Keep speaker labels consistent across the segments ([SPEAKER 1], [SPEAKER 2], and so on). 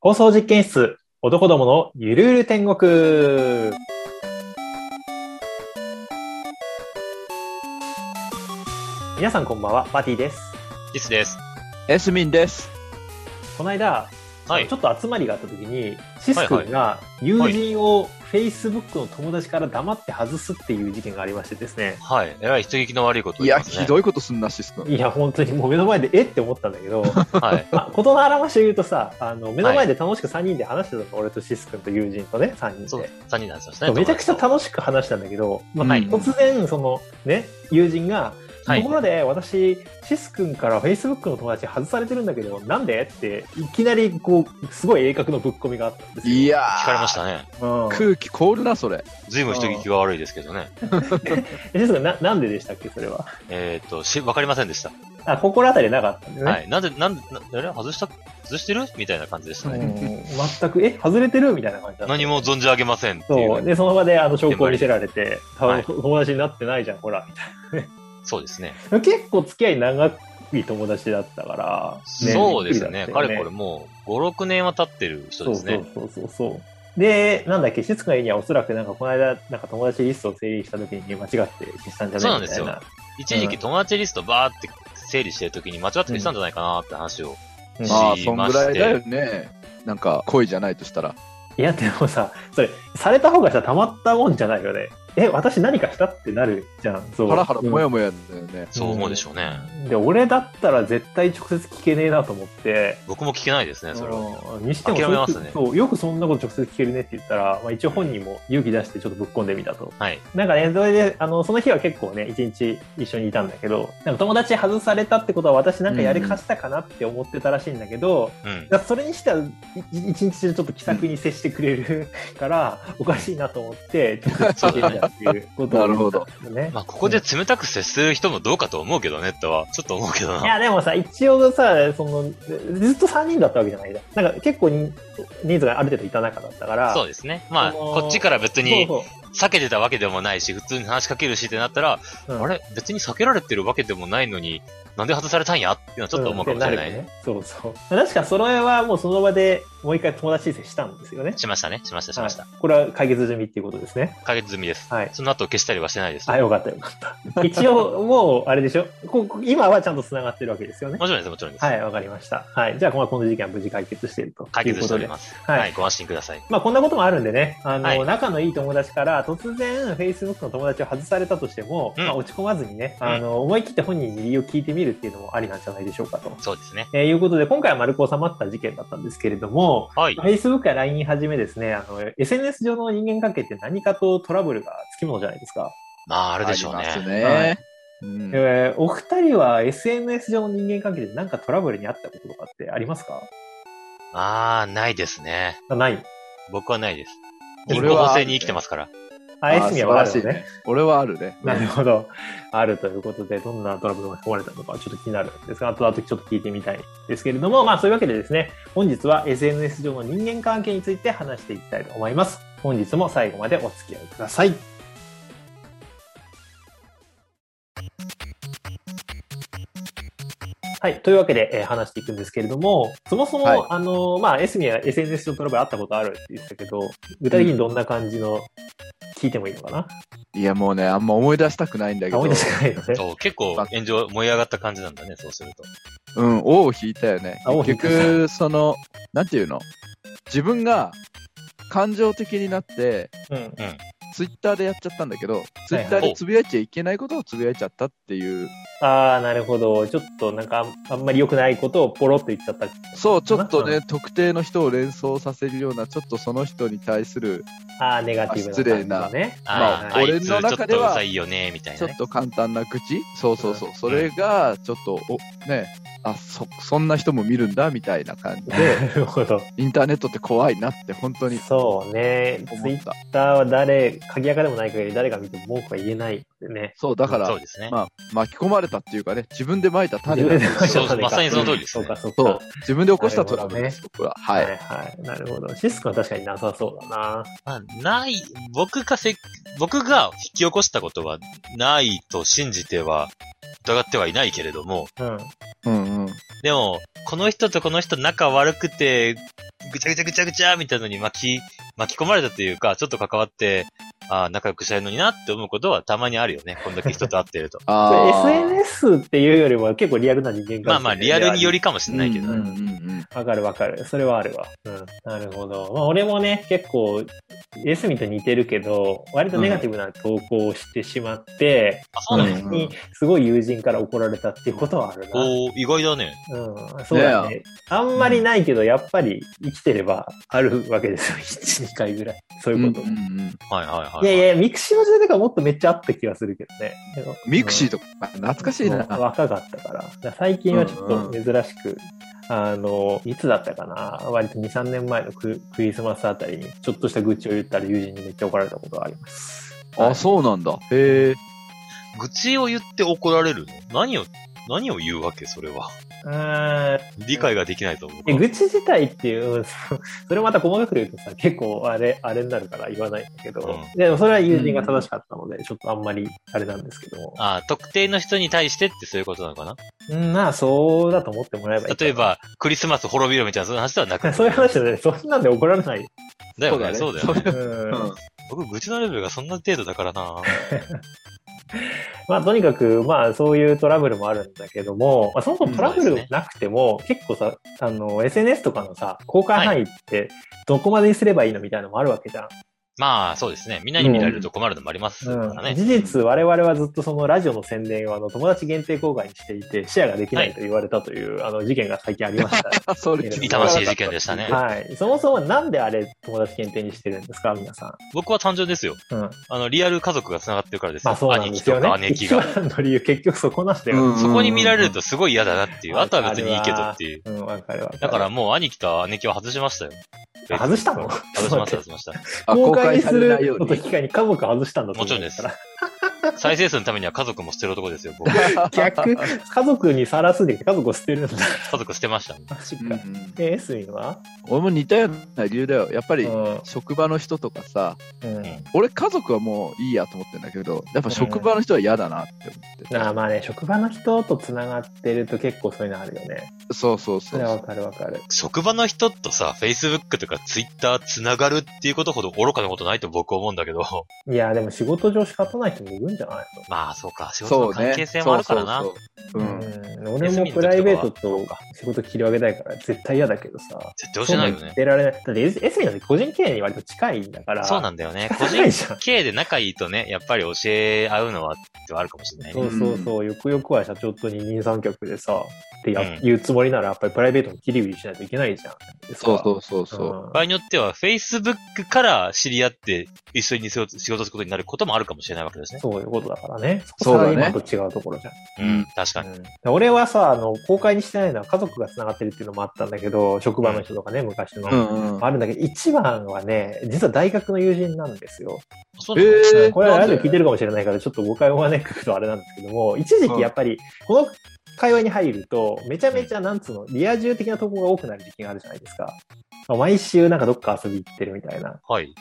[SPEAKER 1] 放送実験室、男どものゆるゆる天国。皆さんこんばんは、バティです。
[SPEAKER 2] キスです。
[SPEAKER 3] エスミンです。
[SPEAKER 1] この間、
[SPEAKER 2] はい
[SPEAKER 1] ちょっと集まりがあった時に、シス
[SPEAKER 2] は
[SPEAKER 1] 君
[SPEAKER 2] い
[SPEAKER 1] が友人を Facebook の友達から黙って外すっていう事件がありましてですね。
[SPEAKER 2] はい。えらい出撃の悪いことを言
[SPEAKER 3] いや、
[SPEAKER 2] ってますね。
[SPEAKER 3] ひどいことすんな、シス君。
[SPEAKER 1] いや、本当にもう目の前で、えって思ったんだけ ど、
[SPEAKER 2] はい。
[SPEAKER 1] まあ、事の表しを言うとさ、あの、目の前で楽しく3人で話してたの、俺とシス君と友人とね、3人
[SPEAKER 2] そう
[SPEAKER 1] で。、
[SPEAKER 2] 3人なんですよね。
[SPEAKER 1] めちゃくちゃ
[SPEAKER 2] 友
[SPEAKER 1] 楽しく話したんだけど、まあ
[SPEAKER 3] はい
[SPEAKER 1] 突然、その、ね、友人が、
[SPEAKER 2] は
[SPEAKER 1] と
[SPEAKER 2] い
[SPEAKER 1] ころで、私、シス君から Facebook の友達外されてるんだけど、なんでって、いきなり、こう、すごい鋭角のぶっ込みがあったんですよ。
[SPEAKER 3] いや
[SPEAKER 2] 達
[SPEAKER 3] ー、
[SPEAKER 2] 聞かれましたね。
[SPEAKER 1] うん。
[SPEAKER 3] 空気凍るな、それ。
[SPEAKER 2] ずいぶん人聞きが悪いですけどね。
[SPEAKER 1] えシス君、な、なんででしたっけ、それは。
[SPEAKER 2] えーっと、し、わかりませんでした。
[SPEAKER 1] あ、心当たりなかったんでね。
[SPEAKER 2] はい。なんで、なんで、なあれ外した、外してるみたいな感じでした
[SPEAKER 1] う
[SPEAKER 2] ね。
[SPEAKER 1] ん全く、え、外れてるみたいな感じだった。
[SPEAKER 2] 何も存じ上げませんってい。
[SPEAKER 1] そうう。で、その場であの証拠を見せられて、
[SPEAKER 2] はい
[SPEAKER 1] あの友達になってないじゃん、ほら、みたい
[SPEAKER 2] そうですね。
[SPEAKER 1] な。結構付き合い長い友達だったから。
[SPEAKER 2] そうですね。
[SPEAKER 1] びっく
[SPEAKER 2] か
[SPEAKER 1] りだったよ
[SPEAKER 2] れこれもう、5、6年は経ってる人ですね。
[SPEAKER 1] そうそうそうそう。で、なんだっけ、シスがいいにはおそらくなんかこの間、なんか友達リストを整理した時に間違って消したんじゃないみたい
[SPEAKER 2] そう
[SPEAKER 1] な。
[SPEAKER 2] なん一時期友達リストバーって整理してる時に間違って消したんじゃないかなって話を。
[SPEAKER 1] うん
[SPEAKER 2] し
[SPEAKER 3] まあ、
[SPEAKER 2] 知り
[SPEAKER 3] そん
[SPEAKER 2] ま
[SPEAKER 3] ぐ
[SPEAKER 2] して
[SPEAKER 3] らいだよね。なんか、恋じゃないとしたら。
[SPEAKER 1] いや、でもさ、それ、された方がさ、たまったもんじゃないよね。え、私何かしたってなるじゃん。そう。
[SPEAKER 3] ハラハラ、
[SPEAKER 1] うん
[SPEAKER 3] もやもやだよね。
[SPEAKER 2] そう思うでしょうね。
[SPEAKER 1] で、俺だったら絶対直接聞けねえなと思って、
[SPEAKER 2] 僕も聞けないですね、それは。
[SPEAKER 1] うんにしても
[SPEAKER 2] 諦めますね
[SPEAKER 1] そうよくそんなこと直接聞けるねって言ったら、まあ、一応本人も勇気出してちょっとぶっ込んでみたと
[SPEAKER 2] はい。
[SPEAKER 1] なんかねそれであのその日は結構ね一日一緒にいたんだけどなんか友達外されたってことは私なんかやりかしたかなって思ってたらしいんだけど、
[SPEAKER 2] うん。
[SPEAKER 1] だからそれにしてはい一日中ちょっと気さくに接してくれるから、おかしいなと思って直接聞けたっていうことを
[SPEAKER 3] なるほど
[SPEAKER 1] 思ったんだよね
[SPEAKER 2] まあ、ここで冷たく接する人もどうかと思うけどね、とは、ちょっと思うけど
[SPEAKER 1] い
[SPEAKER 2] な。
[SPEAKER 1] や、でもさ、一応さ、その、ずっと3人だったわけじゃないじゃん。なんか結構に人数がある程度いた中だったから、
[SPEAKER 2] そうですね。まあ、
[SPEAKER 1] あのー
[SPEAKER 2] こっちから別
[SPEAKER 1] そう
[SPEAKER 2] に
[SPEAKER 1] そう
[SPEAKER 2] 避けてたわけでもないし、普通に話しかけるしってなったら、
[SPEAKER 1] うん
[SPEAKER 2] あれ別に避けられてるわけでもないのに、なんで外されたんやっていうのはちょっと思うかもしれな
[SPEAKER 1] う
[SPEAKER 2] い。
[SPEAKER 1] んってるよね。そうそう。確かそれはもうその場でもう一回友達申請したんですよね。
[SPEAKER 2] しましたね。しました、しました
[SPEAKER 1] は。いこれは解決済みっていうことですね。
[SPEAKER 2] 解決済みです。
[SPEAKER 1] はい。
[SPEAKER 2] その後消したりはしてないです。
[SPEAKER 1] あ、
[SPEAKER 2] も
[SPEAKER 1] よかったよか った。一応、もう、あれでしょここ今はちゃんと繋がってるわけですよね。
[SPEAKER 2] ちろんです、もちろんです。
[SPEAKER 1] はい、わかりました。はい。じゃあ、まあこの事件は無事解決しているということで。
[SPEAKER 2] 解決しておりま
[SPEAKER 1] と
[SPEAKER 2] す。
[SPEAKER 1] いうことで
[SPEAKER 2] はい、ご安心ください。
[SPEAKER 1] まあこんなこともあるんでね、あの、
[SPEAKER 2] はい
[SPEAKER 1] 仲のいい友達から突然 Facebook の友達を外されたとしても、
[SPEAKER 2] うん
[SPEAKER 1] まあ落ち込まずにね、
[SPEAKER 2] うん
[SPEAKER 1] あの、思い切って本人に理由を聞いてみるっていうのもありなんじゃないでしょうかと。
[SPEAKER 2] そうですね。
[SPEAKER 1] えーいうことで、今回は丸く収まった事件だったんですけれども、
[SPEAKER 2] はい。
[SPEAKER 1] Facebook や LINE はじめですね、あの、SNS 上の人間関係って何かとトラブルがつきものじゃないですか。
[SPEAKER 2] まあ、あ
[SPEAKER 3] あ
[SPEAKER 2] るでしょうね。
[SPEAKER 3] ります
[SPEAKER 1] は
[SPEAKER 3] ね。うん
[SPEAKER 1] えーお二人は SNS 上の人間関係で何かトラブルにあったこととかってありますか
[SPEAKER 2] ああ、ないですね。
[SPEAKER 1] あない。
[SPEAKER 2] 僕はないです。
[SPEAKER 3] 俺
[SPEAKER 2] 人
[SPEAKER 3] は
[SPEAKER 2] 工補正に生きてますから。
[SPEAKER 1] あ、エスミは
[SPEAKER 3] あ
[SPEAKER 1] わ
[SPEAKER 3] ー
[SPEAKER 1] かるよね。。
[SPEAKER 3] 俺はあるね。
[SPEAKER 1] なるほど。あるということで、どんなトラブルが含まれたのかちょっと気になるんですが、後々ちょっと聞いてみたいですけれども、まあそういうわけでですね、本日は SNS 上の人間関係について話していきたいと思います。本日も最後までお付き合いください。はい。というわけで、えー話していくんですけれども、そもそも、
[SPEAKER 3] はい
[SPEAKER 1] あのー、まあ、エスミは SNS 上トラブルあったことあるって言ってたけど、具体的にどんな感じの、聞いてもいいのかな、
[SPEAKER 3] いや、もうね、あんま思い出したくないんだけ
[SPEAKER 1] あ
[SPEAKER 3] ど
[SPEAKER 1] 思い、出してないのね。
[SPEAKER 2] そう結構炎上、燃え上がった感じなんだね、そうすると。
[SPEAKER 3] うん、王を引いたよね
[SPEAKER 1] あ王を。引い
[SPEAKER 3] 結
[SPEAKER 1] た
[SPEAKER 3] 局、その、なんていうの自分が感情的になって、
[SPEAKER 1] うん。
[SPEAKER 3] ツイッターでやっちゃったんだけど、ツイ
[SPEAKER 1] はい
[SPEAKER 3] ッターでつぶやいちゃいけないことをつぶやいちゃったっていう、
[SPEAKER 1] ああ、なるほど。ちょっとなんかあんあんまり良くないことをポロッと言っちゃった。
[SPEAKER 3] そう、ちょっと
[SPEAKER 1] う
[SPEAKER 3] ね、特定の人を連想させるような、ちょっとその人に対する、
[SPEAKER 1] ああ、ネガティブな感じのね。
[SPEAKER 3] まあ
[SPEAKER 2] あー、
[SPEAKER 1] はい
[SPEAKER 3] 俺の
[SPEAKER 2] あいつちょ
[SPEAKER 3] 中
[SPEAKER 2] っ
[SPEAKER 3] で
[SPEAKER 2] とう
[SPEAKER 3] は
[SPEAKER 2] ざいよね、みたい
[SPEAKER 3] ち
[SPEAKER 2] な
[SPEAKER 3] ょ
[SPEAKER 2] ね
[SPEAKER 3] っ。と簡単な愚痴、そうそうそう、それが、ちょっと、お、ね、あ、そ、そんな人も見るんだ、みたいな感じで、
[SPEAKER 1] なるほど。
[SPEAKER 3] インターネットって怖いなって、本当に
[SPEAKER 1] そうね。ツイ
[SPEAKER 3] 思っ
[SPEAKER 1] ッ
[SPEAKER 3] た。
[SPEAKER 1] ターは誰、鍵垢でもない限り誰が見ても文句は言えないのでね。
[SPEAKER 3] そう、だか
[SPEAKER 2] そう
[SPEAKER 3] ら、
[SPEAKER 2] ですね。
[SPEAKER 3] まあ、巻き込まれたっていうかね、自分で撒いた種だ
[SPEAKER 1] 自分で巻き込
[SPEAKER 2] そ
[SPEAKER 1] まれた
[SPEAKER 2] うまさにその通りです
[SPEAKER 1] そう
[SPEAKER 2] ね
[SPEAKER 1] か、。そうか。
[SPEAKER 3] そう、自分で起こしたトラブルです、僕は。は
[SPEAKER 1] はいい。はい。なるほど。シスコは確かになさそうだな。
[SPEAKER 2] まあ、ない、僕がせ、僕が引き起こしたことはないと信じては、疑ってはいないけれども、
[SPEAKER 1] うん。
[SPEAKER 3] うんうん。。
[SPEAKER 2] でも、この人とこの人仲悪くて、ぐちゃぐちゃぐちゃぐちゃみたいなのに巻き、巻き込まれたというか、ちょっと関わって、ああ、仲良くしたいのになって思うことはたまにあるよね。こんだけ人と会って ると
[SPEAKER 3] あ
[SPEAKER 1] こ
[SPEAKER 3] ー
[SPEAKER 1] れ SNS っていうよりも結構リアルな人間関係。
[SPEAKER 2] まあまあ、リアルによりかもしれないけ
[SPEAKER 3] う
[SPEAKER 2] ど。
[SPEAKER 3] ん
[SPEAKER 2] う
[SPEAKER 3] うん
[SPEAKER 2] ん
[SPEAKER 3] うん
[SPEAKER 1] わかるわかる。それはあるわ。うん。なるほど。まあ俺もね、結構、エスミと似てるけど、割とネガティブな投稿をしてしまって、
[SPEAKER 2] あ、そうなの、
[SPEAKER 3] うん
[SPEAKER 1] にすごい友人から怒られたっていうことはあるな。
[SPEAKER 2] おー意外だね。
[SPEAKER 1] うん、そうだね。あんまりないけど、やっぱり生きてればあるわけですよ。1、2回ぐ らい。そう
[SPEAKER 3] うん
[SPEAKER 1] いううんこと。
[SPEAKER 3] うんうん
[SPEAKER 2] はいはいはい。
[SPEAKER 1] いやいや、ミクシーの時代とかもっとめっちゃあった気がするけどね。
[SPEAKER 3] ミクシー
[SPEAKER 1] と
[SPEAKER 3] とか懐かしいな。
[SPEAKER 1] 若かったから。だから最近はちょっと珍しく、あの、いつだったかな。割と2、3年前のククリスマスあたりに、ちょっとした愚痴を言ったら友人にめっちゃ怒られたことがあります。
[SPEAKER 3] あ、そうなんだ。へえ。
[SPEAKER 2] 愚痴を言って怒られるの何を、何を言うわけそれは。
[SPEAKER 1] うーん
[SPEAKER 2] 理解ができないと思うか
[SPEAKER 1] え
[SPEAKER 2] ら。
[SPEAKER 1] 愚痴自体っていう、そそれまた細かく言うとさ、結構あれ、あれになるから言わないんだけど、
[SPEAKER 2] う
[SPEAKER 1] でもそれは友人が正しかったので、ちょっとあんまりあれなんですけども。
[SPEAKER 2] ああ、特定の人に対してってそういうことなのかな
[SPEAKER 1] うんまあ、そうだと思ってもらえばいい。
[SPEAKER 2] 例え。ば、クリスマス滅びろみたいな、その話ではなく
[SPEAKER 1] そういう話だね。そんなんで怒られない。
[SPEAKER 2] だよね、そうだよね。
[SPEAKER 1] う
[SPEAKER 3] ね。
[SPEAKER 1] ん
[SPEAKER 3] うん
[SPEAKER 2] 僕、愚痴のレベルがそんな程度だからな
[SPEAKER 1] まあ、とにかく、まあ、そういうトラブルもあるんだけども、まあ、そもそもトラブ
[SPEAKER 2] うんそうで
[SPEAKER 1] ル
[SPEAKER 2] すね
[SPEAKER 1] なくても、結構さ、あの、SNS とかのさ、公開範囲って、どこまでにすればいいのみたいなのもあるわけじゃん。
[SPEAKER 2] まあ、そうですね。みんなに見られると困るのもありますから
[SPEAKER 1] うん、
[SPEAKER 2] ね。
[SPEAKER 1] 事実、我々はずっとそのラジオの宣伝をあの友達限定公開にしていて、シェアができないと言われたという、あの事件が最近ありま した。
[SPEAKER 3] あ、それ
[SPEAKER 1] うん
[SPEAKER 2] 痛ましい事件でしたね。
[SPEAKER 1] はい。そもそもなんであれ友達限定にしてるんですか、皆さ
[SPEAKER 2] 僕は単純ですよ。
[SPEAKER 1] ん。うん。
[SPEAKER 2] あの、リアル家族が繋がってるからですよ。
[SPEAKER 1] まあそうなん
[SPEAKER 2] 兄
[SPEAKER 1] で
[SPEAKER 2] 貴
[SPEAKER 1] すよ
[SPEAKER 2] とか
[SPEAKER 1] ね。
[SPEAKER 2] 姉貴
[SPEAKER 1] 一番
[SPEAKER 2] が。
[SPEAKER 1] の理由、結局そこなんだよ。
[SPEAKER 2] そこに見られるとすごい嫌だなっていう。
[SPEAKER 1] うん
[SPEAKER 2] あとは別にいいけどっていう。
[SPEAKER 1] うん、わかるわかる。
[SPEAKER 2] だからもう兄貴と姉貴は外しましたよ。
[SPEAKER 1] あ、外したの
[SPEAKER 2] 外しました、
[SPEAKER 1] そう
[SPEAKER 2] 外しました。
[SPEAKER 3] あ
[SPEAKER 1] 公
[SPEAKER 3] 公
[SPEAKER 1] 開
[SPEAKER 3] 開
[SPEAKER 1] に
[SPEAKER 3] さ
[SPEAKER 1] す
[SPEAKER 3] れ
[SPEAKER 1] る
[SPEAKER 3] ないよう
[SPEAKER 1] のと
[SPEAKER 3] に
[SPEAKER 1] 引。き換えに家族外したんだと思う
[SPEAKER 2] もちろんです再生数のためには家族も捨てる男ですよ、僕。
[SPEAKER 1] 逆、 家族にさらすで家族を捨てるんだ。
[SPEAKER 2] 家族捨てました、ね。
[SPEAKER 1] マジ
[SPEAKER 3] うんう
[SPEAKER 1] か。
[SPEAKER 3] ん
[SPEAKER 1] え、エスミンは
[SPEAKER 3] 俺も似たような理由だよ。やっぱ
[SPEAKER 1] う
[SPEAKER 3] り、
[SPEAKER 1] ん。
[SPEAKER 3] 職場の人とかさ、
[SPEAKER 1] うん
[SPEAKER 3] 俺家族はもういいやと思ってんだけど、やっぱ職場の人は嫌だなって思って。
[SPEAKER 1] あーまあね、職場の人とつながってると結構そういうのあるよね。
[SPEAKER 3] そうそう
[SPEAKER 1] そ
[SPEAKER 3] そう
[SPEAKER 1] れはわ
[SPEAKER 3] そ
[SPEAKER 1] かるわかる。
[SPEAKER 2] 職場の人とさ、Facebook とか Twitter 繋がるっていうことほど愚かなことないと僕は思うんだけど。
[SPEAKER 1] いや、でも仕事上仕方ない人もいるんじゃない
[SPEAKER 2] まあ、そうか。仕
[SPEAKER 3] う。
[SPEAKER 2] 事
[SPEAKER 3] そ
[SPEAKER 2] の
[SPEAKER 3] う
[SPEAKER 2] 関
[SPEAKER 3] ね。
[SPEAKER 2] 係性もあるからな。
[SPEAKER 3] そうそうそう。う
[SPEAKER 1] の、
[SPEAKER 3] ん。
[SPEAKER 1] うん、俺もプライベートと仕事切り上げたいから絶対嫌だけどさ。
[SPEAKER 2] 絶対教えないよ
[SPEAKER 1] そう
[SPEAKER 2] ね。
[SPEAKER 1] 出られない。だってエスエスミなんて個人経営に割と近いんだから。
[SPEAKER 2] そうなんんだよね。個
[SPEAKER 1] 個人
[SPEAKER 2] 人
[SPEAKER 1] じゃん。
[SPEAKER 2] 経営で仲いいとね、やっぱり教え合うのは、ではあるかもしれない
[SPEAKER 1] そ
[SPEAKER 2] ね。
[SPEAKER 1] うそうそう、よくよくは社長と二人三脚でさ、ってや、
[SPEAKER 2] うん
[SPEAKER 1] 言うつもりならやっぱりプライベートも切り売りしないといけないじゃん。
[SPEAKER 3] そうそううそうそう。
[SPEAKER 1] ん
[SPEAKER 2] 場合によっては、Facebook から知り合って、一緒に仕事仕事することになることもあるかもしれないわけですね。
[SPEAKER 1] そういうことだからね。
[SPEAKER 3] そう
[SPEAKER 1] サ
[SPEAKER 3] だね
[SPEAKER 1] ラリーマンと違うところじゃん。
[SPEAKER 2] う
[SPEAKER 3] うん
[SPEAKER 2] ん。確かに。
[SPEAKER 1] うん、俺はさあの公開にしてないのは家族がつながってるっていうのもあったんだけど職場の人とかね、昔の、
[SPEAKER 3] うんうん。
[SPEAKER 1] あるんだけど一番はね実は大学の友人なんですよ
[SPEAKER 2] そう
[SPEAKER 3] え
[SPEAKER 2] なの
[SPEAKER 3] ー、
[SPEAKER 1] これはラジオ聞いて
[SPEAKER 3] る。
[SPEAKER 1] るかもしれないからちょっと誤解を招くとあれなんですけども一時期やっぱりこの会話に入るとめちゃめちゃなんつうのリア充的な投稿が多くなる時期があるじゃないですか毎週なんかどっか遊び行ってるみたいな。
[SPEAKER 2] はい。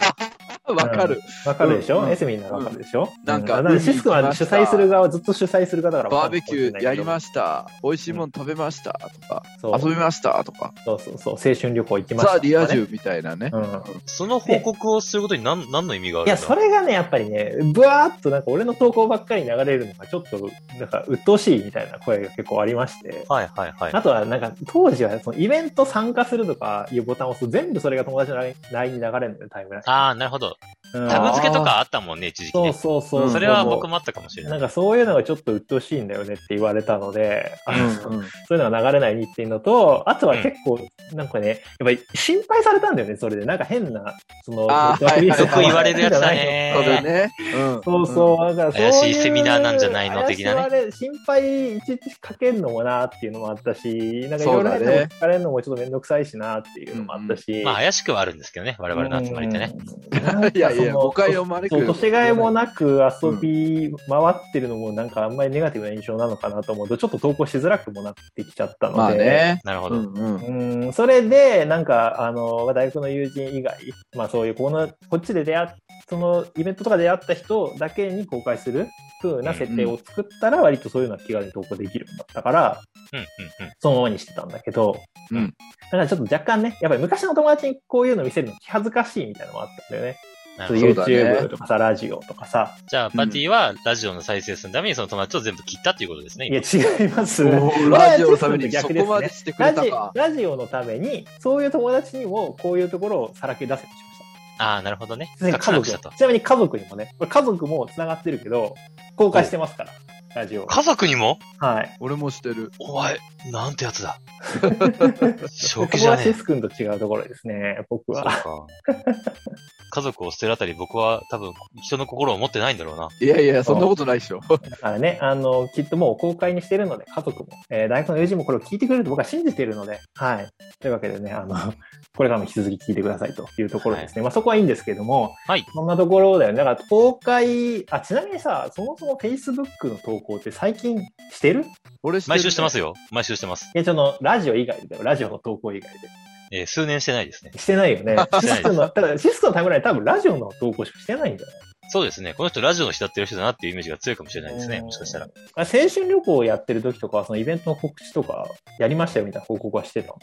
[SPEAKER 3] わかる。
[SPEAKER 1] わかるでしょ、
[SPEAKER 3] うんうん
[SPEAKER 1] エスミンならわかるでしょ、
[SPEAKER 3] うんなんか
[SPEAKER 1] うだらシスコは主催する側、ずっと主催する方だからわか
[SPEAKER 3] バー
[SPEAKER 1] る
[SPEAKER 3] ベ
[SPEAKER 1] かもし
[SPEAKER 3] キ
[SPEAKER 1] れ
[SPEAKER 3] ュ
[SPEAKER 1] ないけど。
[SPEAKER 3] ーやりました。美味しいもの食べました。とか、
[SPEAKER 1] そう
[SPEAKER 3] 遊びました。とか、
[SPEAKER 1] そうそうそう、青春旅行行きました
[SPEAKER 3] さあ
[SPEAKER 1] とかね、
[SPEAKER 3] リア充みたいなね。
[SPEAKER 1] うん。
[SPEAKER 2] その報告をすることに何、何の意味がある
[SPEAKER 1] い
[SPEAKER 2] んだ
[SPEAKER 1] や、それがね、やっぱりね、ぶわーっとなんか俺の投稿ばっかり流れるのがちょっと、なんか鬱陶しいみたいな声が結構ありまして。
[SPEAKER 2] はいはいはい。
[SPEAKER 1] あとは、なんか、当時は、その、イベント参加するとかいうボタンを押すと、全部それが友達の LINE に流れるんだよ、タイムライン。
[SPEAKER 2] ああ、なるほど。
[SPEAKER 1] うん
[SPEAKER 2] タグ付けとかあったもんね、一時期
[SPEAKER 1] そう
[SPEAKER 2] ね。
[SPEAKER 1] そうそうう。
[SPEAKER 3] ん
[SPEAKER 2] それは僕もあったかもしれ
[SPEAKER 1] な
[SPEAKER 2] なんい。
[SPEAKER 1] か、そういうのがちょっと鬱陶しいんだよねって言われたので、あの
[SPEAKER 3] うんう ん
[SPEAKER 1] そういうのが流れない日っていうのと、あとは結構、なんかね、やっぱり心配されたんだよね、それで。なんか変な、その、
[SPEAKER 3] あーはいはい
[SPEAKER 1] ネット
[SPEAKER 2] よ
[SPEAKER 1] ア
[SPEAKER 2] く
[SPEAKER 1] プリ
[SPEAKER 2] 言われるやつだね。
[SPEAKER 3] それね。うん
[SPEAKER 1] そうそう、だからそう
[SPEAKER 2] 怪しいセミナーなんじゃないの的なね
[SPEAKER 1] 怪しいあれ心配いちいちかけるのもなっていうのもあったし、なんかいろ
[SPEAKER 3] そ
[SPEAKER 1] いうろ
[SPEAKER 3] だ
[SPEAKER 1] 変なこ
[SPEAKER 3] ね
[SPEAKER 1] と聞かれるのもちょっとめんどくさいしなっていうのもあったし。
[SPEAKER 2] まあ、怪しくはあるんですけどね、我々の集まりってね。
[SPEAKER 1] うん。
[SPEAKER 3] いやいや、誤解
[SPEAKER 1] を。
[SPEAKER 3] を招
[SPEAKER 1] そう
[SPEAKER 3] く。
[SPEAKER 1] 年替えもなく遊び回ってるのもなんかあんまりネガティブな印象なのかなと思うとちょっと投稿しづらくもなってきちゃったので、
[SPEAKER 3] まあね。
[SPEAKER 2] なるほ
[SPEAKER 3] う
[SPEAKER 2] ど。
[SPEAKER 3] んうん。
[SPEAKER 1] うんそれで、なんか、あの、大学の友人以外、まあそういう、この、こっちで出会っそのイベントとかで会った人だけに公開する風な設定を作ったら、割とそういうのは気軽に投稿できるようになったから、
[SPEAKER 2] うんうんうん。
[SPEAKER 1] そのままにしてたんだけど、
[SPEAKER 3] うん
[SPEAKER 1] だからちょっと若干ね、やっぱり昔の友達にこういうの見せるの気恥ずかしいみたいなのもあったんだよね。
[SPEAKER 2] な
[SPEAKER 1] そ
[SPEAKER 2] る
[SPEAKER 1] う
[SPEAKER 2] ほど
[SPEAKER 3] うだね
[SPEAKER 1] YouTube とかさ、ラジオとかさ。
[SPEAKER 2] じゃあ、パティはラジオの再生数のためにその友達を全部切ったっていうことですね。
[SPEAKER 1] いや、違います。
[SPEAKER 3] ラジオのために
[SPEAKER 1] ちょっ
[SPEAKER 3] そ
[SPEAKER 1] と逆です
[SPEAKER 3] こ
[SPEAKER 1] ね
[SPEAKER 3] までしてく
[SPEAKER 1] ラ
[SPEAKER 3] れた
[SPEAKER 1] ジ
[SPEAKER 3] か。
[SPEAKER 1] ラジオのために、そういう友達にもこういうところをさらけ出せとしました。
[SPEAKER 2] ああ、なるほどね。
[SPEAKER 1] ちなみに
[SPEAKER 2] 隠さ
[SPEAKER 1] 家
[SPEAKER 2] な
[SPEAKER 1] 族
[SPEAKER 2] くしたと。
[SPEAKER 1] ちなみに家族にもね、これ家族も繋がってるけど、公開してますから、ラジオ。
[SPEAKER 2] 家族にも
[SPEAKER 1] はい。
[SPEAKER 3] 俺もしてる。
[SPEAKER 2] お前、なんてや つだ。正気
[SPEAKER 1] 友
[SPEAKER 2] じゃ
[SPEAKER 1] 達
[SPEAKER 2] ねえ
[SPEAKER 1] で。すくんと違うところですね、僕
[SPEAKER 2] そ
[SPEAKER 1] は。
[SPEAKER 2] うか。家族を捨てるあたり、僕は多分人の心を持ってないんだろうな。
[SPEAKER 3] いやいや、そんなことないでしょ。
[SPEAKER 1] だからね、あの、きっともう公開にしてるので、家族も、えー大学の友人もこれを聞いてくれると僕は信じてるので、はい。というわけでね、あの、 これからも引き続き聞いてくださいというところですね。まあそこはいいんですけども、
[SPEAKER 2] はい。
[SPEAKER 1] そんなところだよね。だから公開、あ、ちなみにさ、そもそも Facebook の投稿って最近してる
[SPEAKER 3] 俺してる
[SPEAKER 2] 毎週してますよ。毎週してます。
[SPEAKER 1] え、その、ラジオ以外でだよ。ラジオの投稿以外で。
[SPEAKER 2] えー数年してないですね。。
[SPEAKER 1] してないよね シスコの、ただシスコのタイムライン多分ラジオの投稿しかしてないんだよね。
[SPEAKER 2] そうですね。この人ラジオの人やってる人だなっていうイメージが強いかもしれないですね。
[SPEAKER 1] うん
[SPEAKER 2] もしかしたら。
[SPEAKER 1] あ青春旅行をやってる時とかは、そのイベントの告知とか、やりましたよみたいな報告はしてたの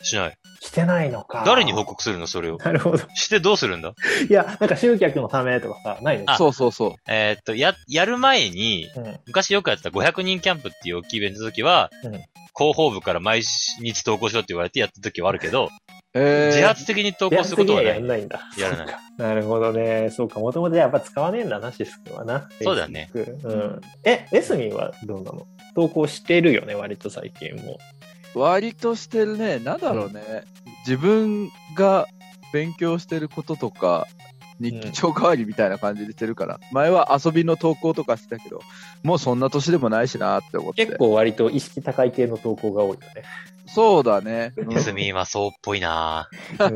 [SPEAKER 2] しない。
[SPEAKER 1] してないのか。
[SPEAKER 2] 誰に報告するのそれを。
[SPEAKER 1] なるほど。
[SPEAKER 2] してどうするんだ
[SPEAKER 1] いや、なんか集客のためとかさ、ないの
[SPEAKER 2] あ
[SPEAKER 3] そうそうそう。
[SPEAKER 2] えーっと、や、やる前に、
[SPEAKER 1] うん。
[SPEAKER 2] 昔よくやってた500人キャンプっていう大きいイベントの時は、
[SPEAKER 1] うん
[SPEAKER 2] 広報部から毎日投稿しろって言われてやった時はあるけど、
[SPEAKER 3] えー、
[SPEAKER 2] 自発的に投稿することは
[SPEAKER 1] は
[SPEAKER 2] な
[SPEAKER 1] や
[SPEAKER 2] い
[SPEAKER 1] ん。ないんだ。
[SPEAKER 2] やらない
[SPEAKER 1] そっか。なるほどね。そうか、もともとやっぱ使わねえんだな、シスコはな。
[SPEAKER 2] そうだね
[SPEAKER 1] Facebook。うん。え、エスミンはどうなの投稿してるよね、割と最近も。
[SPEAKER 3] 割としてるね。なんだろうね。自分が勉強してることとか、日記帳代わりみたいな感じでしてるから、前は遊びの投稿とかしてたけど、もうそんな年でもないしなって思って。
[SPEAKER 1] 結構割と意識高い系の投稿が多いよね。
[SPEAKER 3] そうだね。うん
[SPEAKER 2] 休みはそうっぽいなぁ
[SPEAKER 1] うん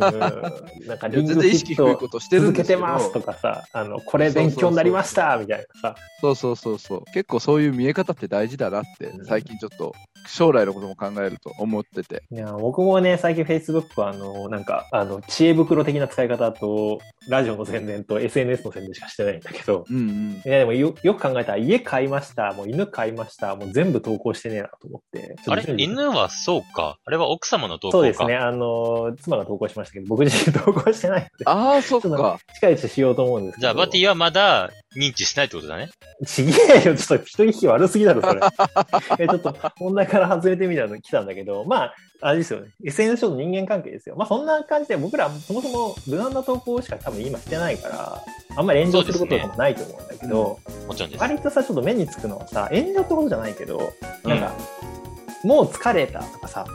[SPEAKER 1] なんかリング
[SPEAKER 3] 全
[SPEAKER 1] フィ
[SPEAKER 3] 然意識
[SPEAKER 1] ット
[SPEAKER 3] 低い
[SPEAKER 1] を
[SPEAKER 3] ことしてるん
[SPEAKER 1] 続け
[SPEAKER 3] ですけ
[SPEAKER 1] て
[SPEAKER 3] ど
[SPEAKER 1] ますとかさ、あの、これ勉強になりましたみたいなさ、
[SPEAKER 3] そうそうそうそう。結構そういう見え方って大事だなって、最近ちょっと将来のことも考えると思ってて。
[SPEAKER 1] いや僕もね、最近 Facebook はあの、なんか、あの、知恵袋的な使い方と、ラジオの宣伝と SNS の宣伝しかしてないんだけど、
[SPEAKER 3] うんうん。
[SPEAKER 1] いやでもよよく考えたら家買いました、もう犬買いました、もう全部投稿してねえなと思って。ちょっと
[SPEAKER 2] あれ
[SPEAKER 1] 準備
[SPEAKER 2] 犬はそうか。あれは奥様の投稿か。
[SPEAKER 1] そうですね、あの、妻が投稿しましたけど、僕自身投稿してないので、
[SPEAKER 3] ああ、そっ
[SPEAKER 1] ちょっと
[SPEAKER 3] か。
[SPEAKER 1] 近いうちしようと思うんですけど。
[SPEAKER 2] じゃあ、バティはまだ認知しないってことだね。
[SPEAKER 1] ちげえよ、ちょっと人引き悪すぎだろ、 それ。えちょっと問題から外れてみたいなの来たんだけど、まあ、あれですよね。SNS 上の人間関係ですよ。まあ、そんな感じで僕らそもそも無難な投稿しか多分今してないから、あんまり炎上することとかもないと思うんだけど、
[SPEAKER 2] もちろんです。
[SPEAKER 1] 割とさ、ちょっと目につくのはさ、炎上ってことじゃないけど、
[SPEAKER 2] うん
[SPEAKER 1] なんか、もう疲れたとかさ、も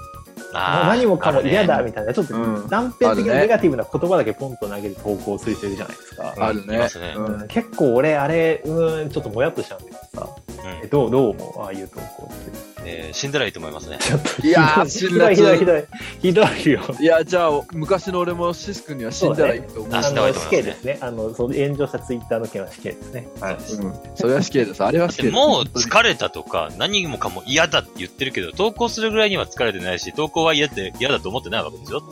[SPEAKER 2] あー
[SPEAKER 1] う何もかも嫌
[SPEAKER 2] あ
[SPEAKER 1] だ
[SPEAKER 2] るね
[SPEAKER 1] みたいな、ちょっと
[SPEAKER 3] うん
[SPEAKER 1] 断片的
[SPEAKER 3] ある
[SPEAKER 1] な
[SPEAKER 3] ね
[SPEAKER 1] ネガティブな言葉だけポンと投げる投稿をする人いるじゃないですか。
[SPEAKER 3] あるね
[SPEAKER 2] いますね。
[SPEAKER 3] うん
[SPEAKER 1] うん結構俺、あれ、うーん、ちょっともやっとしちゃうんだけどさ。え
[SPEAKER 2] う
[SPEAKER 1] どう、どう思うああいう投稿って。
[SPEAKER 2] んえー死んだらいいと思いますね。
[SPEAKER 1] ちょっと
[SPEAKER 3] いやー
[SPEAKER 1] ひどい、ひ
[SPEAKER 3] 辛
[SPEAKER 1] どい、
[SPEAKER 3] 辣
[SPEAKER 1] ひどい、ひどい、ひどいよ。
[SPEAKER 3] いや、じゃあ、昔の俺もシス君には死んだらいいと思う。
[SPEAKER 2] あ
[SPEAKER 1] あ
[SPEAKER 2] 死んだ方が
[SPEAKER 1] の、
[SPEAKER 2] いいと思
[SPEAKER 1] 死刑
[SPEAKER 2] いますね
[SPEAKER 1] ですね。あの、その炎上したツイッターの件は死刑ですね。はい。
[SPEAKER 3] うん、それは死刑です。あれは死刑
[SPEAKER 2] で
[SPEAKER 3] です。
[SPEAKER 2] もう疲れたとか、何もかも嫌だって言ってるけど、投稿するぐらいには疲れてないし、投稿は嫌って、嫌だと思ってないわけで しょも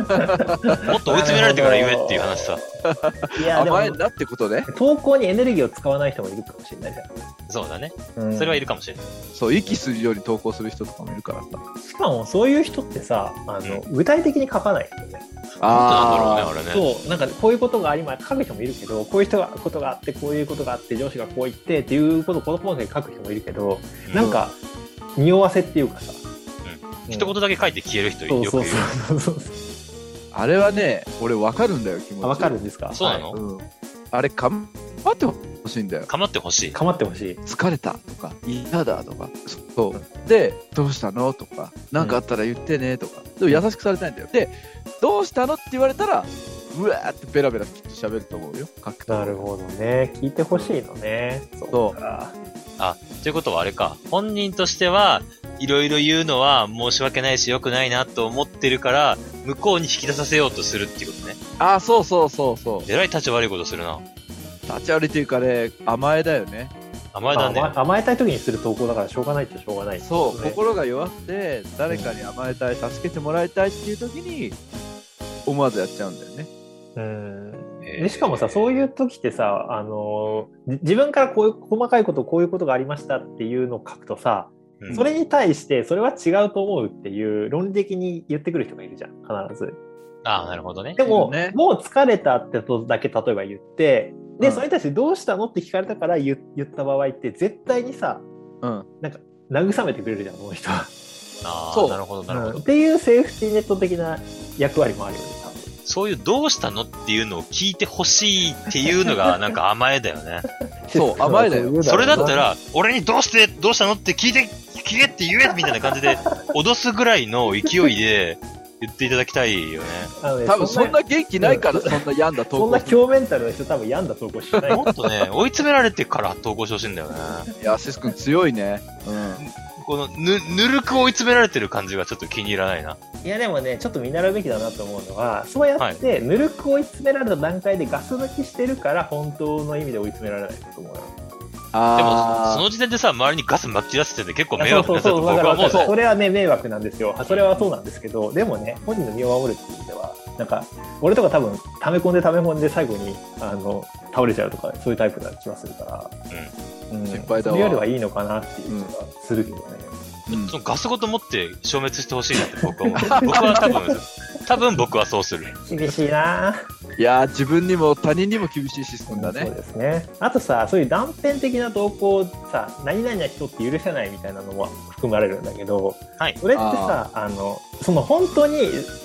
[SPEAKER 2] っと追い詰められてから言えっていう話さ。
[SPEAKER 1] いや、でも
[SPEAKER 3] 甘え、んだってことね。
[SPEAKER 1] 投稿にエネルギーを使わない人もいるかもしれないじゃ
[SPEAKER 2] そうだね。
[SPEAKER 1] ん。うん
[SPEAKER 2] それはいるかもしれない。
[SPEAKER 3] そう、息するように投稿する人とかもいるからさ。
[SPEAKER 1] しかも、そういう人ってさ、あの、具体的に書かないよね。
[SPEAKER 2] あ
[SPEAKER 3] あ
[SPEAKER 2] なんだろうね、あれね。
[SPEAKER 1] そう、なんか、こういうことがあり、まあ、書く人もいるけど、こういう人が、ことがあって、こういうことがあって、上司がこう言って、っていうことをこの細かに書く人もいるけど、
[SPEAKER 2] うん
[SPEAKER 1] なんか、匂わせっていうかさ。うん
[SPEAKER 2] 一言だけ書いて消える人よ
[SPEAKER 1] そう
[SPEAKER 2] く
[SPEAKER 1] そ
[SPEAKER 2] 言う
[SPEAKER 1] う。そうそうそう。
[SPEAKER 3] ーあれはね、俺わかるんだよ、気持ち。
[SPEAKER 1] あ、わかるんですか
[SPEAKER 2] そうなの
[SPEAKER 1] は
[SPEAKER 3] うん。あれ、頑張ってほしいんだよ。
[SPEAKER 2] かまってほしい
[SPEAKER 1] い。かまってほしい。
[SPEAKER 3] 疲れたとか、嫌だとか、そう。で、どうしたのとか、なんかあったら言ってねとか。でも優しくされたいんだよ。で、どうしたのって言われたら、うわーってベラベラきっと喋ると思うよ。書くと
[SPEAKER 1] なるほどね。聞いてほしいのね。そうか。
[SPEAKER 2] ということはあれか、本人としては、いろいろ言うのは申し訳ないし良くないなと思ってるから、向こうに引き出させようとするっていうことね。
[SPEAKER 3] あ、そうそうそうそう。
[SPEAKER 2] えらい立ち悪いことするな。
[SPEAKER 3] 立ち歩いていうかね、甘えだよね。
[SPEAKER 2] 甘えだね。
[SPEAKER 1] 甘え甘えたい時にする投稿だからしょうがないってしょうがない、
[SPEAKER 3] そう、
[SPEAKER 1] ね
[SPEAKER 3] 心が弱くて誰かに甘えたい助けてもらいたいっていう時に思わずやっちゃうんだよね
[SPEAKER 1] うん
[SPEAKER 2] えー
[SPEAKER 1] でしかもさそういう時ってさあのじ自分からこういう細かいことこういうことがありましたっていうのを書くとさ
[SPEAKER 2] うん
[SPEAKER 1] それに対してそれは違うと思うっていう論理的に言ってくる人がいるじゃん必ず。
[SPEAKER 2] ああ、なるほどね
[SPEAKER 1] で。も、
[SPEAKER 3] いるね
[SPEAKER 1] もう疲れたってことだけ例えば言ってで、
[SPEAKER 3] うん
[SPEAKER 1] それに対してどうしたのって聞かれたから言言った場合って絶対にさ
[SPEAKER 3] うん。
[SPEAKER 1] 慰めてくれるじゃんこの人は、
[SPEAKER 2] あ
[SPEAKER 3] そ
[SPEAKER 2] あ、
[SPEAKER 3] う
[SPEAKER 2] なるほど、なるほ
[SPEAKER 1] うんっ
[SPEAKER 2] ど。
[SPEAKER 1] ていうセーフティーネット的な役割もあるよね多分
[SPEAKER 2] そういうどうしたのっていうのを聞いてほしいっていうのがなんか甘えだよね。
[SPEAKER 3] そう甘えだよ
[SPEAKER 2] それだった
[SPEAKER 1] ら
[SPEAKER 2] ら、俺にどうして、どうしたのって聞いて、聞けって言えみたいな感じで、脅すぐらいの勢いで言っていただきたいよね。
[SPEAKER 3] 多分そんな元気ないから、そんな病んだ投
[SPEAKER 1] そん
[SPEAKER 3] 稿
[SPEAKER 1] な
[SPEAKER 3] する。
[SPEAKER 1] 強メンタルの人多分病んだ投稿しない
[SPEAKER 2] もっとね、追い詰められてから投稿してほしいんだよね。
[SPEAKER 3] いや、シス君強いね。うん。
[SPEAKER 2] この、ぬ、ぬるく追い詰められてる感じがちょっと気に入らないな。
[SPEAKER 1] いやでもねちょっと見習うべきだなと思うのはそうやってぬるく追い詰められた段階でガス抜きしてるから本当の意味で追い詰められないと思うよ
[SPEAKER 2] でも、そ
[SPEAKER 3] あ
[SPEAKER 2] の時点でさ、周りにガス巻き散らせてて結構迷惑
[SPEAKER 1] そ
[SPEAKER 2] な
[SPEAKER 1] う
[SPEAKER 2] さ
[SPEAKER 1] そう
[SPEAKER 2] と僕
[SPEAKER 1] だか
[SPEAKER 2] は
[SPEAKER 1] ら
[SPEAKER 2] 思う
[SPEAKER 1] そ
[SPEAKER 2] ね。
[SPEAKER 1] うそれはね迷惑なんですよそれはそうなんですけどでもね本人の身を守るっていう意味ではなんか俺とか多分溜め込んで溜め込んで最後にあの倒れちゃうとかそういうタイプな気はするから、うん
[SPEAKER 3] 心配だ
[SPEAKER 1] そ
[SPEAKER 3] わ
[SPEAKER 1] れよりはいいのかなっていう気がするけどね、
[SPEAKER 3] ーうん
[SPEAKER 2] そのガスごと持って消滅してほしいなって僕は思う。 僕は多分、多分僕はそうする。
[SPEAKER 1] 厳しいなぁ
[SPEAKER 3] いやー、自分にも他人にも厳しいシス君だ
[SPEAKER 1] そ
[SPEAKER 3] ね
[SPEAKER 1] う。ですね。あとさ、そういう断片的な投稿をさ、何々な人って許せないみたいなのも含まれるんだけど、
[SPEAKER 2] はい
[SPEAKER 1] それってさ、あの、その本当に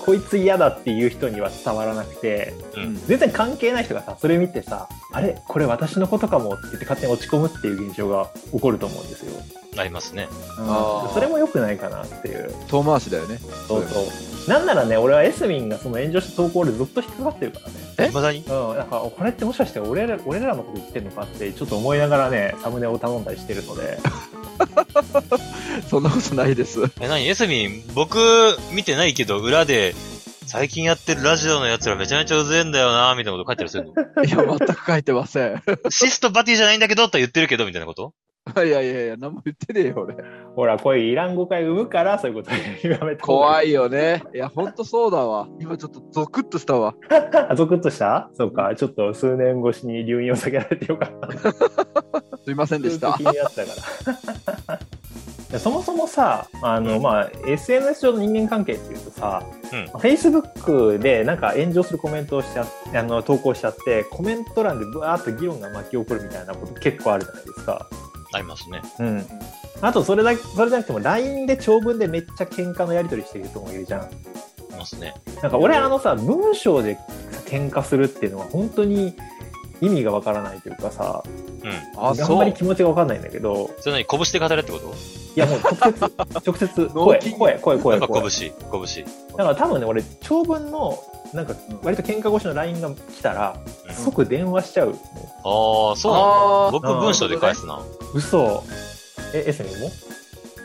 [SPEAKER 1] こいつ嫌だっていう人には伝わらなくて、
[SPEAKER 2] う
[SPEAKER 3] うん
[SPEAKER 2] ん。
[SPEAKER 1] 全然関係ない人がさ、それ見てさ、あれこれ私のことかもって言って勝手に落ち込むっていう現象が起こると思うんですよ。
[SPEAKER 2] ありますね。
[SPEAKER 3] あー
[SPEAKER 1] それも良くないかなっていう。
[SPEAKER 3] 遠回しだよね。
[SPEAKER 1] そうそう。なんならね、俺はエスミンがその炎上した投稿でずっと引っかかってるからね。
[SPEAKER 3] え
[SPEAKER 2] 未だに
[SPEAKER 1] うん、なんかこれってもしかして俺ら俺らのこと言ってるのかってちょっと思いながらねサムネを頼んだりしてるの で
[SPEAKER 3] そんなことない です。
[SPEAKER 2] え、なにエスミン、僕、見てないけど、裏で、最近やってるラジオのやつらめちゃめちゃうぜえんだよなみたいなこと書いてあるするの。
[SPEAKER 3] いや、全く書いてません。
[SPEAKER 2] シストバティじゃないんだけどとは言ってるけど、みたいなこと
[SPEAKER 3] いやいやいや、何も言ってねえよ、俺。
[SPEAKER 1] ほらこういういらん誤解生むからそういうこと言わめた
[SPEAKER 3] 怖
[SPEAKER 1] い
[SPEAKER 3] いよね。いや、ほんとそうだわ。今ちょっとゾクッとしたわ。
[SPEAKER 1] ゾクッとしたそうかちょっと数年越しに留飲を避けられてよかった
[SPEAKER 3] すいませんでし
[SPEAKER 1] ず
[SPEAKER 3] た
[SPEAKER 1] っと。気になってたから いやそもそもさあの、まあ、SNS 上の人間関係っていうとさ、
[SPEAKER 2] うん
[SPEAKER 1] Facebook でなんか炎上するコメントをしちゃあの投稿しちゃってコメント欄でブワーッと議論が巻き起こるみたいなこと結構あるじゃないですか。
[SPEAKER 2] ありますね。
[SPEAKER 1] うん、あとそれだけそれじゃなくても LINE で長文でめっちゃ喧嘩のやり取りしてる人もいるじゃん
[SPEAKER 2] ありますね。
[SPEAKER 1] なんか俺あのさ文章で喧嘩するっていうのは本当に意味がわからないというかさ
[SPEAKER 2] うん。
[SPEAKER 3] あ、
[SPEAKER 1] んま
[SPEAKER 3] そ
[SPEAKER 1] り
[SPEAKER 3] う。
[SPEAKER 1] 気持ちがわかんないんだけど
[SPEAKER 2] それなに、拳で語れってこと
[SPEAKER 1] いやもう 直接直接声
[SPEAKER 3] 筋
[SPEAKER 1] 声声
[SPEAKER 2] や
[SPEAKER 1] 声
[SPEAKER 2] っぱ
[SPEAKER 1] 声
[SPEAKER 2] 拳、拳。
[SPEAKER 1] だから多分ね俺長文のなんか割と喧嘩越しの LINE が来たら
[SPEAKER 2] うん
[SPEAKER 1] 即電話しちゃう
[SPEAKER 2] ああ、そうなん
[SPEAKER 3] あ
[SPEAKER 2] だ。
[SPEAKER 3] ー
[SPEAKER 2] 僕文章で返すな。
[SPEAKER 1] 嘘えエスミンも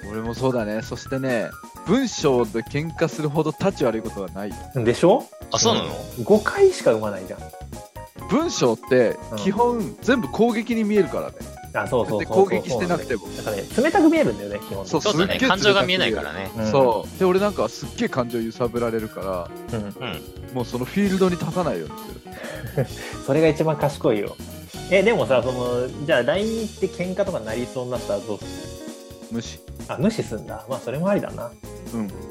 [SPEAKER 3] 俺もそうだね。そしてね、文章で喧嘩するほど立ち悪いことはない。
[SPEAKER 1] でしょ
[SPEAKER 2] あ、そうなの
[SPEAKER 1] 誤解しか生まないじゃん
[SPEAKER 3] 文章って
[SPEAKER 1] うん
[SPEAKER 3] 基本全部攻撃に見えるからね。
[SPEAKER 1] あそうそう
[SPEAKER 3] で
[SPEAKER 1] そうそう
[SPEAKER 3] 攻撃してなくても。
[SPEAKER 1] なんかね冷たく見えるんだよね基本的に
[SPEAKER 3] そう
[SPEAKER 2] そうだ
[SPEAKER 3] すっ
[SPEAKER 2] ね。
[SPEAKER 3] げえ
[SPEAKER 2] 感情が見えないからね。
[SPEAKER 1] うん
[SPEAKER 3] そう。で、俺なんかはすっげえ感情揺さぶられるか
[SPEAKER 1] うん、
[SPEAKER 3] ら、もうそのフィールドに立たないようにする。
[SPEAKER 1] それが一番賢いよえでもさそのじゃあ LINE に行って喧嘩とかなりそうになったらどうする
[SPEAKER 3] 無視。
[SPEAKER 1] あ無視すんだまあそれもありだな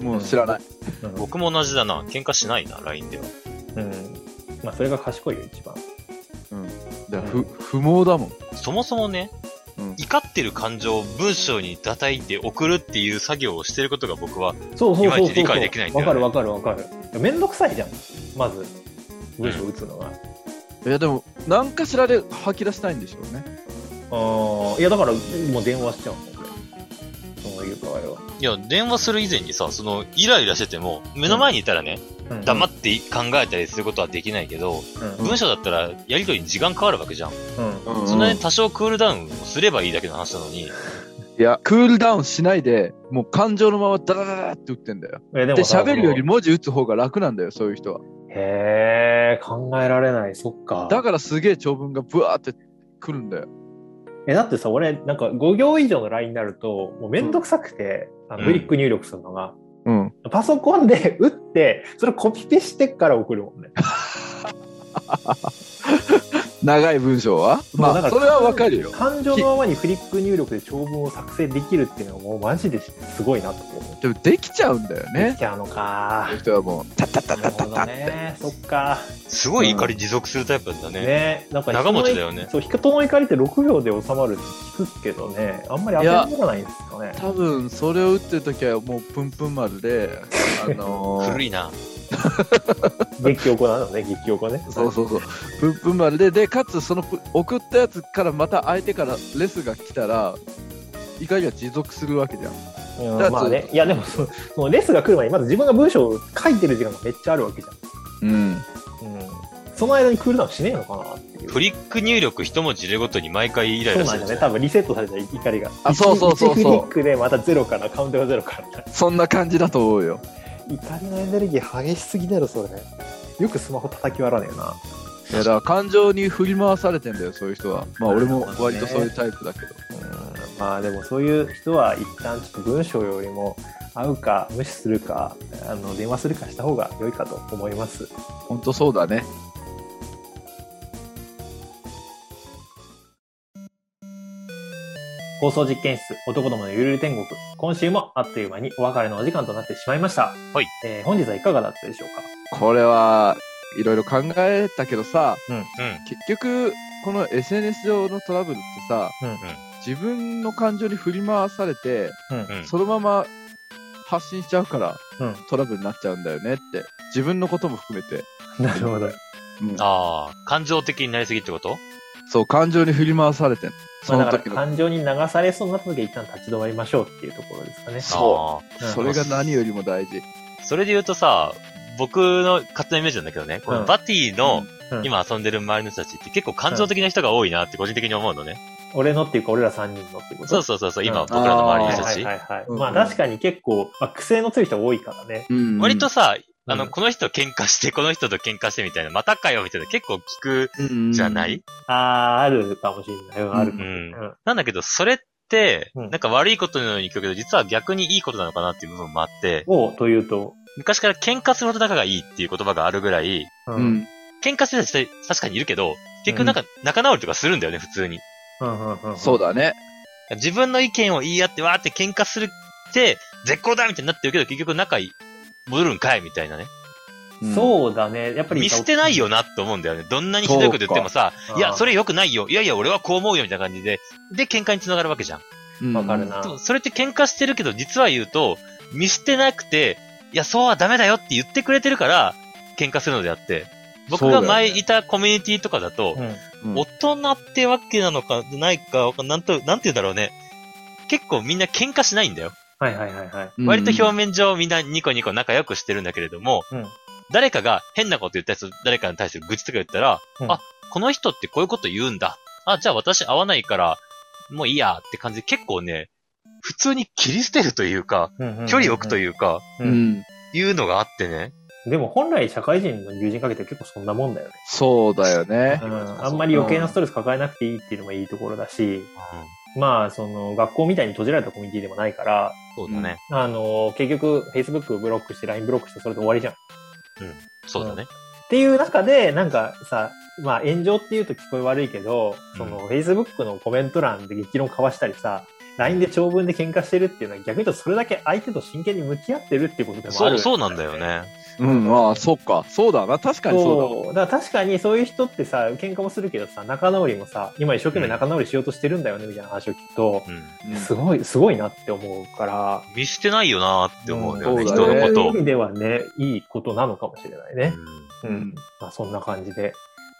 [SPEAKER 3] うん。もう知らない。
[SPEAKER 1] うん、
[SPEAKER 2] 僕も同じだな。喧嘩しないな、LINE では。
[SPEAKER 1] うんまあそれが賢いよ一番
[SPEAKER 3] だから不不毛だもん。
[SPEAKER 2] そもそもね、
[SPEAKER 3] うん
[SPEAKER 2] 怒ってる感情を文章に叩いて送るっていう作業をしてることが僕は、
[SPEAKER 1] そうそうそうそう
[SPEAKER 2] いまいち理解できないんだ
[SPEAKER 1] わ
[SPEAKER 2] よ
[SPEAKER 1] か
[SPEAKER 2] ね
[SPEAKER 1] るわかるわかるいやめんどくさいじゃんまず文章打つのが、
[SPEAKER 3] いやでも何かしらで吐き出したいんでしょうね
[SPEAKER 1] あーいやだからもう電話しちゃうんだよそういう場合はい
[SPEAKER 2] や、電話する以前にさ、その、イライラしてても、目の前にいたらね、
[SPEAKER 1] うん
[SPEAKER 2] 黙って考えたりすることはできないけど、
[SPEAKER 1] うん
[SPEAKER 2] 文章だったら、やりとりに時間かかるわけじゃん。
[SPEAKER 1] うん
[SPEAKER 3] うん
[SPEAKER 2] そんなに多少クールダウンをすればいいだけの話なのに、
[SPEAKER 3] いやクールダウンしないでもう感情のままダラダラって打ってんだよ
[SPEAKER 1] えで
[SPEAKER 3] で
[SPEAKER 1] もさ
[SPEAKER 3] 喋るより文字打つ方が楽なんだよそういう人は
[SPEAKER 1] へえ考えられないそっか
[SPEAKER 3] だからすげえ長文がブワーってくるんだよ
[SPEAKER 1] えだってさ俺なんか5行以上の LINE になるともうめんどくさくて、あの
[SPEAKER 2] うん
[SPEAKER 1] ブリック入力するのが、
[SPEAKER 3] うん
[SPEAKER 1] パソコンで打ってそれコピペしてから送るもんね
[SPEAKER 3] 長い文章は
[SPEAKER 1] もう
[SPEAKER 3] ま
[SPEAKER 1] だか
[SPEAKER 3] あ、
[SPEAKER 1] ら
[SPEAKER 3] それはわかるよ。
[SPEAKER 1] 感情のままにフリップ入力で長文を作成できるっていうのはもうマジですごいなと思う。
[SPEAKER 3] でも、できちゃうんだよ
[SPEAKER 1] で
[SPEAKER 3] ね
[SPEAKER 1] き。ちゃうのか
[SPEAKER 3] そういう。人はもう、タッタッタッ
[SPEAKER 1] な
[SPEAKER 3] タ
[SPEAKER 1] るほ
[SPEAKER 3] ッタッタ
[SPEAKER 1] ど
[SPEAKER 3] って。
[SPEAKER 1] ね。そっか。
[SPEAKER 2] すごい怒り持続するタイプだったね。
[SPEAKER 1] ね、なんか人の
[SPEAKER 2] 長持ちだよね
[SPEAKER 1] そう、人の怒りって6秒で収まるって聞くけどね、あんまり当たりがないんですか ね。
[SPEAKER 3] 多分、それを打ってる時はもう、プンプン丸で、あの ー
[SPEAKER 2] 古いな。
[SPEAKER 1] 激おこなのね、激おこね。
[SPEAKER 3] そうそうそう。プンプン丸で、で、かつ、そのプ、送ったやつからまた相手からレスが来たら、怒りが持続するわけじゃん。
[SPEAKER 1] うん
[SPEAKER 3] だって
[SPEAKER 1] まあね、いやでもそ、そのレスが来る前に、まず自分が文章を書いてる時間がめっちゃあるわけじ
[SPEAKER 3] うん。
[SPEAKER 1] ゃん。うん。その間にクールダウンしねえのかなっていう。
[SPEAKER 2] フリック入力一文字入れごとに毎回イライ
[SPEAKER 1] そう
[SPEAKER 2] ラ
[SPEAKER 1] な
[SPEAKER 2] す
[SPEAKER 1] ん
[SPEAKER 2] る
[SPEAKER 1] だ
[SPEAKER 2] じゃ
[SPEAKER 1] ね。
[SPEAKER 2] ん。
[SPEAKER 1] 多分リセットされた怒りが。
[SPEAKER 3] あそうそうそ
[SPEAKER 1] 1
[SPEAKER 3] うそう
[SPEAKER 1] フリックでまたゼロから、カウントがゼロから。
[SPEAKER 3] そんな感じだと思うよ。
[SPEAKER 1] 怒りのエネルギー激しすぎだろ、それ。よくスマホ叩き割らねえな。
[SPEAKER 3] いやだから感情に振り回されてんだよ、そういう人は。まあ俺も割とそういうタイプだけど。
[SPEAKER 1] うんまあでもそういう人は一旦ちょっと文章よりも会うか無視するかあの電話するかした方が良いかと思います。
[SPEAKER 3] ほんとそうだね。
[SPEAKER 1] 放送実験室男どものゆるゆる天国今週もあっという間にお別れのお時間となってしまいました。
[SPEAKER 2] はい。
[SPEAKER 1] えー本日はいかがだったでしょう か。
[SPEAKER 3] これはいろいろ考えたけどさ、
[SPEAKER 2] うん。
[SPEAKER 3] 結局、この SNS 上のトラブルってさ、
[SPEAKER 1] うんうん
[SPEAKER 3] 自分の感情に振り回されて、
[SPEAKER 1] うん
[SPEAKER 2] うん
[SPEAKER 3] そのまま発信しちゃうから、
[SPEAKER 1] うん
[SPEAKER 3] トラブルになっちゃうんだよねって。自分のことも含めて。
[SPEAKER 1] なるほど。
[SPEAKER 3] うん
[SPEAKER 2] ああ、感情的になりすぎってこと
[SPEAKER 3] そう、感情に振り回されてんのそ
[SPEAKER 1] まあ
[SPEAKER 3] の
[SPEAKER 1] だ
[SPEAKER 3] 時
[SPEAKER 1] から
[SPEAKER 3] の。
[SPEAKER 1] 感情に流されそうになった時は一旦立ち止まりましょうっていうところですかね。
[SPEAKER 3] そ
[SPEAKER 2] あ
[SPEAKER 1] うん
[SPEAKER 3] それが何よりも大事。
[SPEAKER 2] あそれで言うとさ、僕の勝手なイメージなんだけどね、このバティの
[SPEAKER 1] うん
[SPEAKER 2] 今遊んでる周りの人たちって結構感情的な人が多いなって個人的に思うのね。
[SPEAKER 1] 俺のっていうか俺ら3人のってこと
[SPEAKER 2] そうそうそうそう、今
[SPEAKER 1] うん
[SPEAKER 2] 僕らの周りの人た
[SPEAKER 1] は
[SPEAKER 2] ち
[SPEAKER 1] いは。いはいはい。
[SPEAKER 3] うん
[SPEAKER 1] まあ確かに結構、まあ、癖の強い人が多いからね。
[SPEAKER 3] うん
[SPEAKER 2] 割と、さ、あ
[SPEAKER 1] う
[SPEAKER 2] の、
[SPEAKER 1] ん
[SPEAKER 2] この人喧嘩して、この人と喧嘩してみたいな、またかよみたいな結構聞く
[SPEAKER 3] うん
[SPEAKER 2] じゃない、
[SPEAKER 1] あー、あるかもしれない。うんあるかもしれ
[SPEAKER 2] うん
[SPEAKER 1] ない。うん
[SPEAKER 2] なんだけど、それって、
[SPEAKER 1] うん
[SPEAKER 2] なんか悪いことのように聞くけど、実は逆にいいことなのかなっていう部分もあって、
[SPEAKER 1] をというと、
[SPEAKER 2] 昔から喧嘩するほど仲がいいっていう言葉があるぐらい、
[SPEAKER 1] う
[SPEAKER 3] うん。
[SPEAKER 2] 喧嘩してる人確かにいるけど、結局なんか仲直りとかするんだよね、普通に。
[SPEAKER 1] うんうんうん
[SPEAKER 3] そうだね。
[SPEAKER 2] 自分の意見を言い合って、わーって喧嘩するって、絶好だみたいになってるけど、結局仲いい戻るんかいみたいなね。
[SPEAKER 3] うん。
[SPEAKER 1] そうだね。やっぱり。
[SPEAKER 2] 見捨てないよなって思うんだよね。どんなにひどいこと言ってもさ
[SPEAKER 1] そう、か
[SPEAKER 2] い
[SPEAKER 1] あ
[SPEAKER 2] や、
[SPEAKER 1] ー
[SPEAKER 2] それ良くないよ。いやいや、俺はこう思うよみたいな感じで、で、喧嘩に繋がるわけじゃん。
[SPEAKER 3] うん
[SPEAKER 1] わかる。な
[SPEAKER 2] で。もそれって喧嘩してるけど、実は言うと、見捨てなくて、いや、そうはダメだよって言ってくれてるから、喧嘩するのであって。僕
[SPEAKER 3] そ
[SPEAKER 2] が
[SPEAKER 3] うだよ
[SPEAKER 2] 前
[SPEAKER 3] ね
[SPEAKER 2] いたコミュニティとかだと、
[SPEAKER 1] うん
[SPEAKER 3] うん
[SPEAKER 2] 大人ってわけなのか、ないか、わかんなんと、なんて言うんだろうね。結構みんな喧嘩しないんだよ。
[SPEAKER 1] はいはいはいはい。
[SPEAKER 2] 割と表
[SPEAKER 3] 面。
[SPEAKER 2] 面上みんなニコニコ仲良くしてるんだけれども、
[SPEAKER 1] うん
[SPEAKER 2] 誰かが変なこと言ったやつ、誰かに対する愚痴とか言ったら、
[SPEAKER 1] うん
[SPEAKER 2] あ、この人ってこういうこと言うんだ。あ、じゃあ私合わないから、もういいやって感じで結構ね、普通に切り捨てるというか、距離を置くと
[SPEAKER 1] う
[SPEAKER 2] いうか、
[SPEAKER 1] う。
[SPEAKER 3] うんん。
[SPEAKER 2] いうのがあってね。
[SPEAKER 1] でも本来社会人の友人かけて結構そんなもんだよね。
[SPEAKER 3] そうだよね
[SPEAKER 1] う。ん。あんまり余計なストレス抱えなくていいっていうのもいいところだし、まあ、その、学校みたいに閉じられたコミュニティでもないから、
[SPEAKER 2] そうだね。
[SPEAKER 1] あの、結局、Facebook ブロックして、LINE ブロックして、それで終わりじゃん。
[SPEAKER 2] そうだね。
[SPEAKER 1] っていう中で、なんかさ、まあ炎上っていうと聞こえ悪いけど、その
[SPEAKER 2] う
[SPEAKER 1] Facebook のコメント欄で激論交わしたりさ、LINE で長文で喧嘩してるっていうのは逆に言うとそれだけ相手と真剣に向き合ってるっていうことでもあ
[SPEAKER 2] そ
[SPEAKER 1] る。
[SPEAKER 2] う、そうなんだよ。ね。
[SPEAKER 3] うん、ああ、そうか。そうだな。確かにそう
[SPEAKER 1] そう。だから確かにそういう人ってさ、喧嘩もするけどさ、仲直りもさ、今一生懸命仲直りしようとしてるんだよねみたいな話を聞くと、
[SPEAKER 2] うん。
[SPEAKER 3] だ。
[SPEAKER 1] すごい、すごいなって思うから、
[SPEAKER 2] 見捨てないよなーって思うんだよね、
[SPEAKER 3] うん
[SPEAKER 2] 人のこと
[SPEAKER 1] そうい
[SPEAKER 2] を
[SPEAKER 1] う意。味ではね、いいことなのかもしれないね。
[SPEAKER 2] うん
[SPEAKER 1] うん。まあそんな感じで、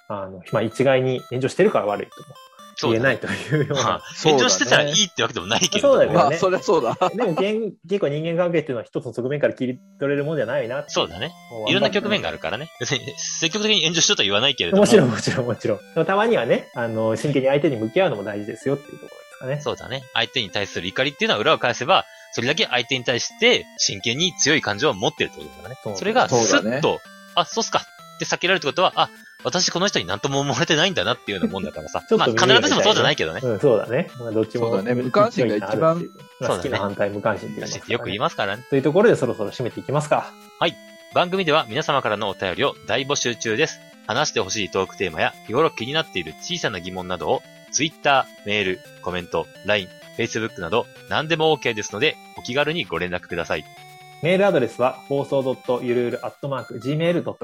[SPEAKER 1] あの、まあ一概に炎上してるから悪いとも
[SPEAKER 2] そう
[SPEAKER 1] 言え
[SPEAKER 2] だね
[SPEAKER 1] ないというような
[SPEAKER 2] まあ、炎上してたらいいってわけでもないけれども。
[SPEAKER 1] そうだよね
[SPEAKER 3] まあ、そりゃそうだ。
[SPEAKER 1] でも現結構人間関係っていうのは一つの側面から切り取れるもんじゃないなって
[SPEAKER 2] そうだね。
[SPEAKER 1] 思う
[SPEAKER 2] いろんな局面があるからね。 別に積極的に炎上しようとは言わないけれども。
[SPEAKER 1] もちろんもちろんもちろん。でもたまにはね、あの、真剣に相手に向き合うのも大事ですよっていうところですかね。
[SPEAKER 2] そうだね。相手に対する怒りっていうのは裏を返せば、それだけ相手に対して真剣に強い感情を持ってるってことだからね。
[SPEAKER 1] そう。
[SPEAKER 2] それがス
[SPEAKER 3] そうだね
[SPEAKER 2] ッと、あ、そうっすかって避けられるってことは、あ、私この人に何とも思われてないんだなっていうようなもんだからさ
[SPEAKER 1] ちょっ
[SPEAKER 2] まあ
[SPEAKER 1] と見え
[SPEAKER 2] 必
[SPEAKER 1] ない
[SPEAKER 2] ずしもそうじゃないけどね。
[SPEAKER 1] うん、そうだね。まあどっちも。
[SPEAKER 3] そうだね無関心が一番
[SPEAKER 1] まあ好きな反対無関心って言いますか
[SPEAKER 2] 私っ
[SPEAKER 1] ら
[SPEAKER 2] てよく言い
[SPEAKER 1] ね。
[SPEAKER 2] ますからね。
[SPEAKER 1] というところでそろそろ締めていきますか。
[SPEAKER 2] はい。番組では皆様からのお便りを大募集中です。話してほしいトークテーマや日頃気になっている小さな疑問などを Twitter、メール、コメント、LINE、Facebook など何でも OK ですのでお気軽にご連絡ください。
[SPEAKER 1] メールアドレスは放送ゆるゆるアットマーク gmail.com。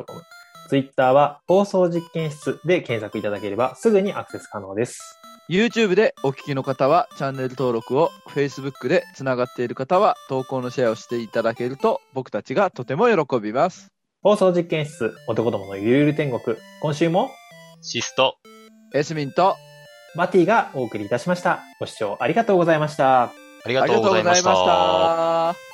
[SPEAKER 1] ツイッターは放送実験室で検索いただければすぐにアクセス可能です。
[SPEAKER 3] YouTube でお聞きの方はチャンネル登録を、Facebook でつながっている方は投稿のシェアをしていただけると僕たちがとても喜びます。
[SPEAKER 1] 放送実験室男どものゆるゆる天国。今週も
[SPEAKER 2] シスト、
[SPEAKER 3] エスミンと
[SPEAKER 1] マティがお送りいたしました。ご視聴ありがとうございました。
[SPEAKER 2] ありがとうございました。
[SPEAKER 3] ありがとうございました